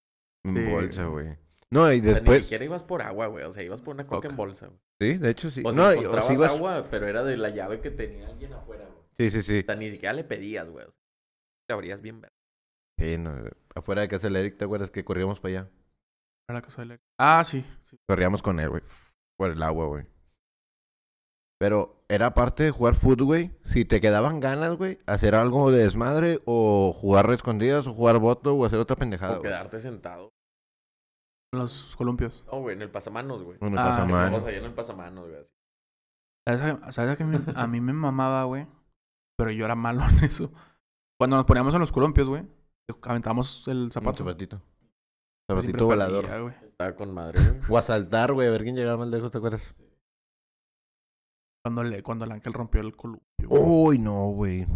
en Sí. bolsa, güey. No, y O sea, ni después... siquiera ibas por agua, güey. O sea, ibas por una coca, Coca. en bolsa, güey. Sí, de hecho sí. O sea, no, y- o encontrabas si ibas... agua, pero era de la llave que tenía alguien afuera, güey. Sí, sí, sí. O sea, ni siquiera le pedías, güey. O sea, te abrías bien, ver- Sí, no, güey. afuera de casa del Eric, ¿te acuerdas que corríamos para allá? a la casa de la- Ah, sí. sí. Corríamos con él, güey. Por el agua, güey. Pero era parte de jugar fútbol, güey. Si te quedaban ganas, güey, hacer algo de desmadre o jugar escondidas o jugar voto o hacer otra pendejada, o Ah, güey. quedarte sentado. Los columpios. No, güey, en el pasamanos, güey. Bueno, Ah, pasa sí, mal. Estábamos allá en el pasamanos, güey. así. ¿Sabes, a- sabes a qué me- a mí me mamaba, güey? Pero yo era malo en eso. Cuando nos poníamos en los columpios, güey, aventábamos el Un zapato. Zapatito. Siempre Zapatito volador. perdía, güey. Estaba con madre, güey. O a saltar, güey, a ver quién llegaba más lejos, ¿te acuerdas? Cuando, le, cuando el ángel rompió el columpio. güey. Uy, no, güey.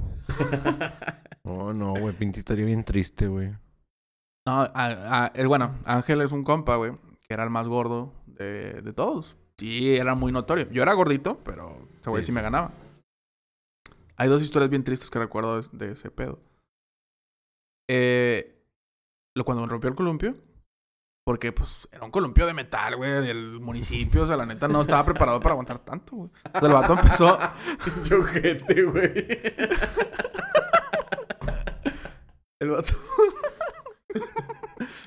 No, no, güey. Pinche historia bien triste, güey. No, a- a- eh, bueno, Ángel es un compa, güey, que era el más gordo de, de todos. Sí, era muy notorio. Yo era gordito, pero ese güey Sí, sí, sí. me ganaba. Hay dos historias bien tristes que recuerdo de, de ese pedo. Eh, lo cuando me rompió el columpio, porque pues era un columpio de metal, güey, del municipio. O sea, la neta no estaba preparado para aguantar tanto, güey. O sea, el vato empezó, Yo gente, güey. El vato.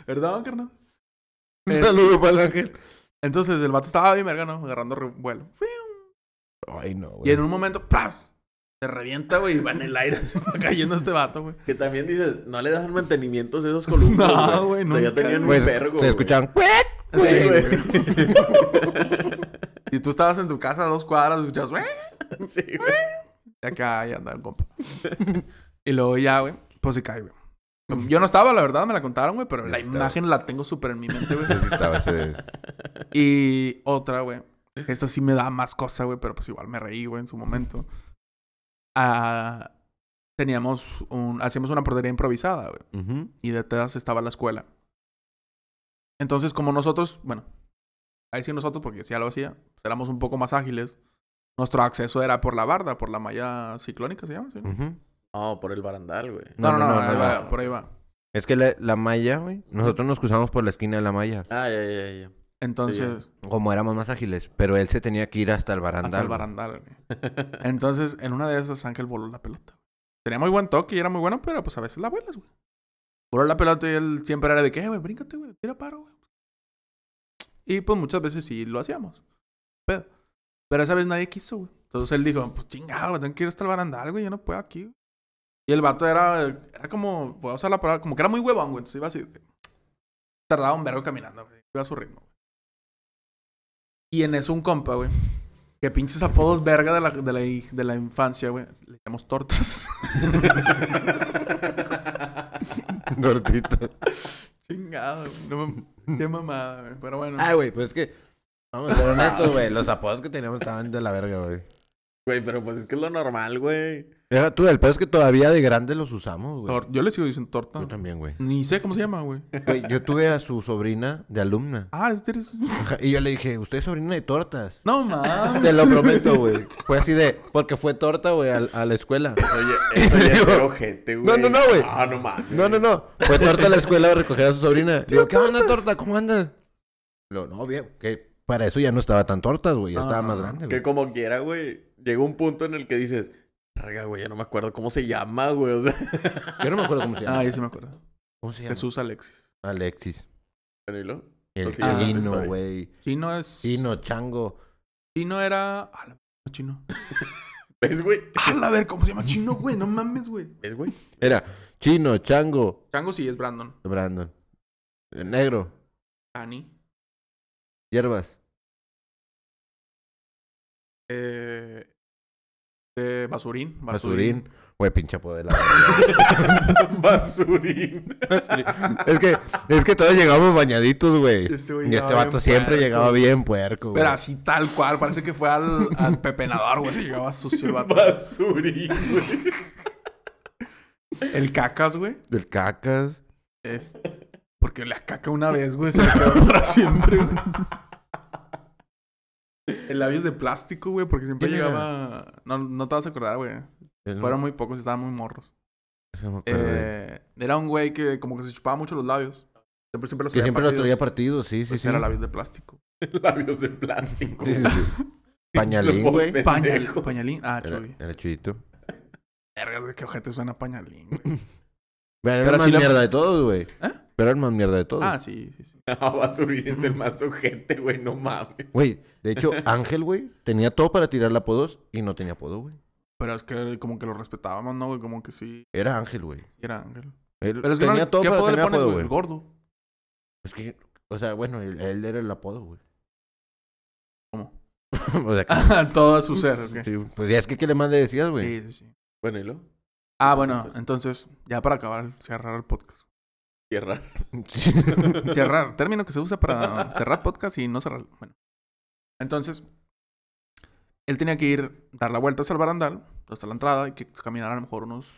¿Verdad, carnal? Un Este- saludo para el ángel. Entonces el vato estaba bien verga, ¿no? Agarrando re- vuelo. Ay, no, Y güey. en un momento, ¡pras! Se revienta, güey, y va en el aire se va cayendo este vato, güey. Que también dices, no le das mantenimiento a esos columpios. No, güey, O sea, ya nunca, tenían Güey, un vergo. se güey. escuchaban... "Cuec, Sí, cuec". güey. Y tú estabas en tu casa a dos cuadras, escuchabas, güey, Sí, güey. y acá ya anda el compa. Y luego ya, güey, pues se cae, güey. Yo no estaba, la verdad, me la contaron, güey, pero Yo la estaba. imagen la tengo súper en mi mente, güey. Sí, sí estaba ese- Y otra, güey. Esta sí me da más cosa, güey, pero pues igual me reí, güey, en su momento. Ah, teníamos un... Hacíamos una portería improvisada, güey. Ujú. y detrás estaba la escuela. Entonces, como nosotros, bueno, ahí sí nosotros, porque si ya lo hacía, pues, éramos un poco más ágiles. Nuestro acceso era por la barda, por la malla ciclónica, ¿se llama? ¿Sí? Ujú. No, por el barandal, güey. No, no, no, Mm, no, ahí no, va, no. por ahí va. Es que la, la malla, güey, nosotros nos cruzamos por la esquina de la malla. Ah, ya, ya, ya. Entonces, Como éramos más ágiles, pero él se tenía que ir hasta el barandal. hasta el güey. barandal. güey. Entonces, en una de esas, Ángel voló la pelota. Tenía muy buen toque y era muy bueno, pero pues a veces la vuelas, güey. Voló la pelota y él siempre era de que, "Eh, güey, bríncate, güey, tira paro, güey. Y pues muchas veces sí lo hacíamos. Pero, pero esa vez nadie quiso, güey. Entonces él dijo, pues chingado, güey, tengo que ir hasta el barandal, güey, yo no puedo aquí, güey". Y el vato era, era como, voy a usar la palabra, como que era muy huevón, güey. Entonces iba así, de- tardaba un vergo caminando, güey. Iba a su ritmo, güey. Y en eso un compa, güey. Que pinches apodos verga de la, de la, de la infancia, güey. Le llamamos tortas. Gordito. Chingado, güey. No me- Qué mamada, güey. Pero bueno. Ah, güey, pues es que. Vamos a ser honestos, güey. Los apodos que teníamos estaban de la verga, güey. Güey, pero pues es que es lo normal, güey. Deja tú, el pedo es que todavía de grandes los usamos, güey. Tor- Yo le sigo diciendo torta. Yo también, güey. Ni sé cómo se llama, güey. Güey, Yo tuve a su sobrina de alumna. Ah, este eres. Ajá, Y yo le dije, usted es sobrina de tortas. No mames. Te lo prometo, güey. Fue así de, porque fue torta, güey, al- a, la escuela. Oye, eso ya es ser ojete, güey. No, no, no, güey. Ah, no mames. No, no, no. Fue torta a la escuela a recoger a su sobrina. Digo, ¿qué onda, torta? ¿Cómo andas? Lo, no, bien, que para eso ya no estaba tan tortas, güey. Ya No, estaba no, más no. grande, Que güey. como quiera, güey. Llega un punto en el que dices, "Verga, güey, ya no me acuerdo cómo se llama, güey. O sea, Yo no me acuerdo cómo se llama. Ah, ya sí me acuerdo. ¿Cómo se llama? Jesús Alexis. Alexis. bueno, ¿y luego? El Pues sí, esa es la chino, historia. güey. Chino es. Chino, chango. Chino era. A la m- chino. ¿Ves, güey? A ver, ¿cómo se llama chino, güey? No mames, güey. ¿Ves, güey? Era chino, chango, Chango sí es Brandon. Brandon. El negro, Ani. hierbas. Eh. eh, basurín. Basurín. Güey, pinche poder. la Basurín. verga. es que, es que todos llegamos bañaditos, güey. Este güey Y este llegaba vato bien siempre puerco. llegaba bien puerco, güey. Pero así tal cual, parece que fue al, al pepenador, güey. Se llegaba sucio el vato. Basurín, güey. El cacas, güey. Del cacas. Es... Porque la caca una vez, güey, se le quedó para siempre, güey. El labios de plástico, güey, porque siempre ¿Quién era? llegaba. No, no te vas a acordar, güey. El- Fueron muy pocos, estaban muy morros. se me acuerda, güey. Eh, era un güey que como que se chupaba mucho los labios. Siempre, siempre los que traía siempre lo partidos. traía partido, sí, sí, Pues sí. Era labios de plástico. Labios de plástico. Sí, sí, sí. Pañalín, Lo güey. volvemos. Pañal, Pendejo. pañalín. Ah, Era, chuy. era chidito. Vergas, güey, qué ojete suena pañalín, güey. Pero Pero era el más sí la- mierda de todos, güey. ¿Eh? Pero era el más mierda de todos. Ah, sí, sí, sí. Ah, Basurín es el más ojete, güey. No mames. Güey, de hecho, Ángel, güey, tenía todo para tirarle apodos y no tenía apodo, güey. Pero es que como que lo respetábamos, ¿no, güey? Como que sí, Era Ángel, güey. era ángel. Él Pero es que no tenía le- todo ¿qué para apodo le tener pones, apodo, güey? El güey. gordo. Es que, o sea, bueno, él, él era el apodo, güey. ¿Cómo? o sea, Ah, Todo a su ser, ok. sí, pues ya es que, ¿qué le más le decías, güey? Sí, sí, sí. Bueno, ¿y luego? Ah, bueno, entonces, ya para acabar, cerrar el podcast. Tierra. Sí. Cerrar, término que se usa para cerrar podcast y no cerrar. Bueno. Entonces, él tenía que ir, dar la vuelta hacia el barandal, hasta la entrada, y que caminara a lo mejor unos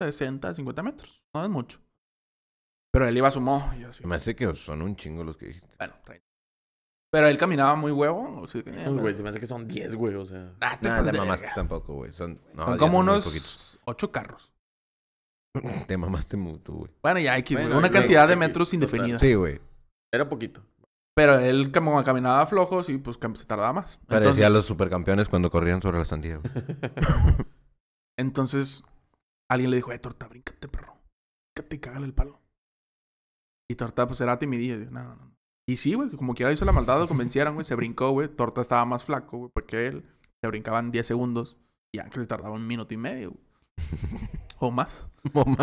60, 50 metros. No es mucho. Pero él iba a su mojo. y yo así, Me hace que son un chingo los que dijiste. Bueno, 30. Pero él caminaba muy huevo. o sea, tenía- Pues, güey, se me hace que son 10, güey. O sea. Ah, te No, pasas te de mamaste verga. tampoco, güey. Son, no, Son ya como son muy poquitos. unos ocho carros. Te mamaste mucho, güey. Bueno, ya X, güey. Bueno, Una güey, cantidad de X, metros total. indefinida. Sí, güey. Era poquito. Pero él como caminaba flojos y pues cam- se tardaba más. Parecía Entonces, los supercampeones cuando corrían sobre la sandía, güey. entonces alguien le dijo, eh, Torta, bríncate, perro. Bríncate y cágale el palo. Y Torta pues era timidilla. Dijo, no, no, no". Y sí, güey, que como quiera hizo la maldad, lo convencieron, güey. Se brincó, güey. Torta estaba más flaco, güey, porque él. Se brincaban 10 segundos. Y Ángel se tardaba un minuto y medio. güey. O más. Mamá.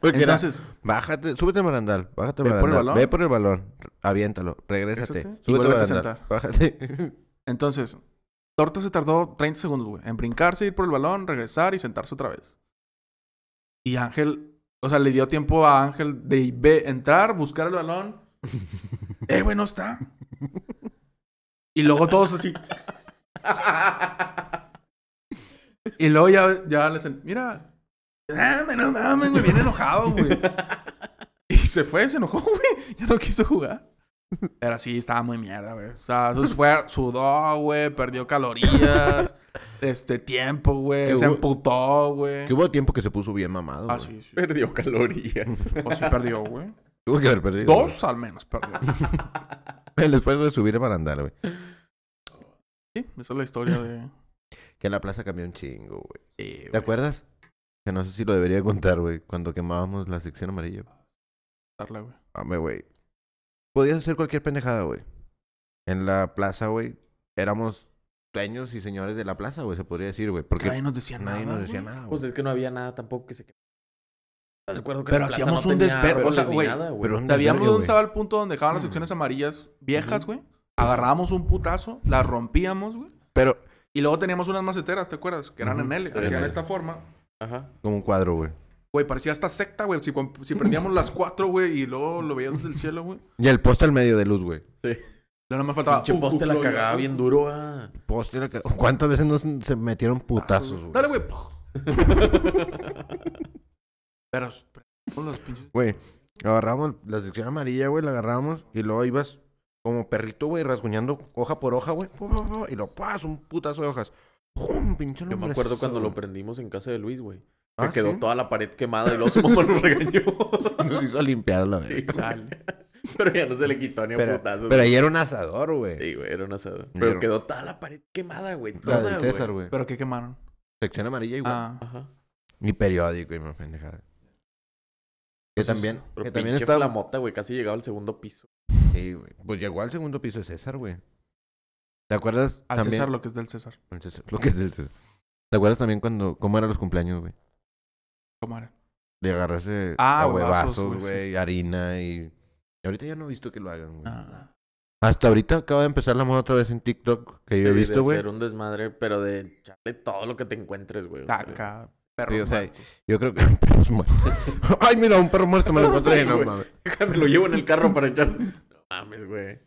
Porque era, Entonces, bájate, súbete al barandal, bájate al Ve por el barandal, balón. ve por el balón, aviéntalo, regrésate, Regrésate y súbete al vuélvete a barandal, sentar. bájate. Entonces, Torta se tardó 30 segundos, güey, en brincarse, ir por el balón, regresar y sentarse otra vez. Y Ángel, o sea, le dio tiempo a Ángel de ve- entrar, buscar el balón. eh, güey, no está. Y luego todos así. Y luego ya, ya le sent- mira. Dame, no mames, güey, bien enojado, güey. Y se fue, se enojó, güey. Ya no quiso jugar. Pero sí, estaba muy mierda, güey. O sea, eso fue, sudó, güey, perdió calorías, este, tiempo, Que güey, se hubo- emputó, güey. que hubo tiempo que se puso bien mamado, Ah, sí, güey. sí. Perdió calorías. Pues sí perdió, güey. Tuvo que haber perdido. Dos al menos perdió. güey. El esfuerzo de subir al barandal, güey. Sí, esa es la historia de... Que la plaza cambió un chingo, güey. Sí, güey. ¿Te acuerdas? Que no sé si lo debería contar, güey, cuando quemábamos la sección amarilla. Darle, güey. Hombre, güey. Podías hacer cualquier pendejada, güey. En la plaza, güey, éramos dueños y señores de la plaza, güey, se podría decir, güey. Porque Nadie nos decía nada, nadie nos decía güey. nada, güey. Pues es que no había nada tampoco que se quemara. Estás de acuerdo que Pero la plaza hacíamos un tenía desver- o sea, árboles ni güey, nada, güey. pero Sabíamos un desvergue, dónde güey. estaba el punto donde dejaban las secciones amarillas viejas, güey. Agarrábamos un putazo, las rompíamos, güey. Pero Y luego teníamos unas maceteras, ¿te acuerdas? Que eran Ujú. en L. Sí, Hacían en L. esta forma. Ajá. como un cuadro, güey. Güey, parecía hasta secta, güey. Si, pon- si prendíamos las cuatro, güey, y luego lo veías desde el cielo, güey. Y el poste al medio de luz, güey. Sí. Luego no me faltaba. Pinche uh, poste uh, la luego ya, cagaba uh, bien duro, ah. Poste la ca- ¿Cuántas veces nos se metieron putazos, güey? Dale, uh, güey. Pero todos los pinches. Güey, agarramos la sección amarilla, güey, la agarramos y luego ibas como perrito, güey, rasguñando hoja por hoja, güey. pu, pu, pu, Y lo pas, un putazo de hojas. ¡Jum! Pinche Yo me lumbre, acuerdo cuando güey. lo prendimos en casa de Luis, güey. Ah, que quedó ¿sí? toda la pared quemada y luego su mamá nos regañó. Nos hizo limpiar la Sí, verga. güey. Pero ya no se le quitó ni a Pero, putazos. pero ahí era un asador, güey. Sí, güey, era un asado. Y Pero era- quedó toda la pared quemada, güey. La Toda, del César, güey. Pero qué quemaron. Sección amarilla igual. Ah. Ajá. Ni periódico y más pendejada. Que Pues es- también, Pero que también pinche estaba... flamota, güey. Casi llegaba al segundo piso. Sí, güey. Pues llegó al segundo piso de César, güey. ¿Te acuerdas Al también? César lo que es del César. Al César, Lo que es el César. ¿Te acuerdas también cuando... ¿Cómo eran los cumpleaños, güey? ¿Cómo era? De agarrarse Ah, a huevazos, huevazos, güey, sí, güey, sí. harina y... y ahorita ya no he visto que lo hagan, güey. Ah. Hasta ahorita acaba de empezar la moda otra vez en TikTok que yo he Sí, de visto, güey. hacer un desmadre, pero de echarle todo lo que te encuentres, güey. o sea, Caca, perro. Sí, o sea, muerto. Yo creo que perros muertos. Ay, mira, un perro muerto me lo encontré. Sí, no güey. mames. Déjame, lo llevo en el carro para echar. No mames, güey.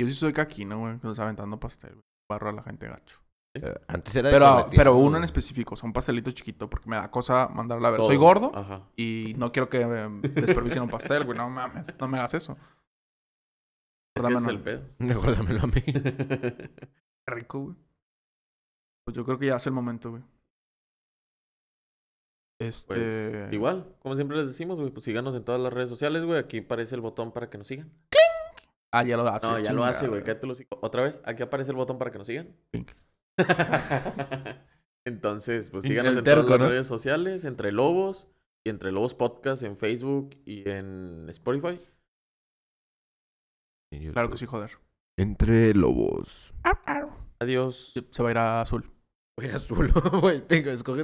Yo sí soy caquino, güey. que Nos aventando pastel. güey. Barro a la gente gacho. Eh, Antes era de Pero, colectivo, pero uno en güey. específico. O sea, un pastelito chiquito. Porque me da cosa mandarla a ver. Soy Todo. Ah. gordo. Ajá. Y no quiero que me desperdicien un pastel, güey. No mames, no me hagas eso. Es que Dame, ese es no. el pedo. Mejor dámelo a mí. Qué rico, güey. Pues yo creo que ya es el momento, güey. Este. Pues igual, como siempre les decimos, güey, pues síganos en todas las redes sociales, güey. Aquí aparece el botón para que nos sigan. Ah, ya lo hace. no, ya lo chingada, hace, güey. cállate el hocico. Otra vez, aquí aparece el botón para que nos sigan. Pink. Entonces, pues El síganos en terco, todas las ¿no? redes sociales, entre Lobos y entre Lobos Podcast en Facebook y en Spotify. Claro que sí, joder. Entre lobos. Adiós. Se va a ir a azul. Era azul, güey. Venga, escoge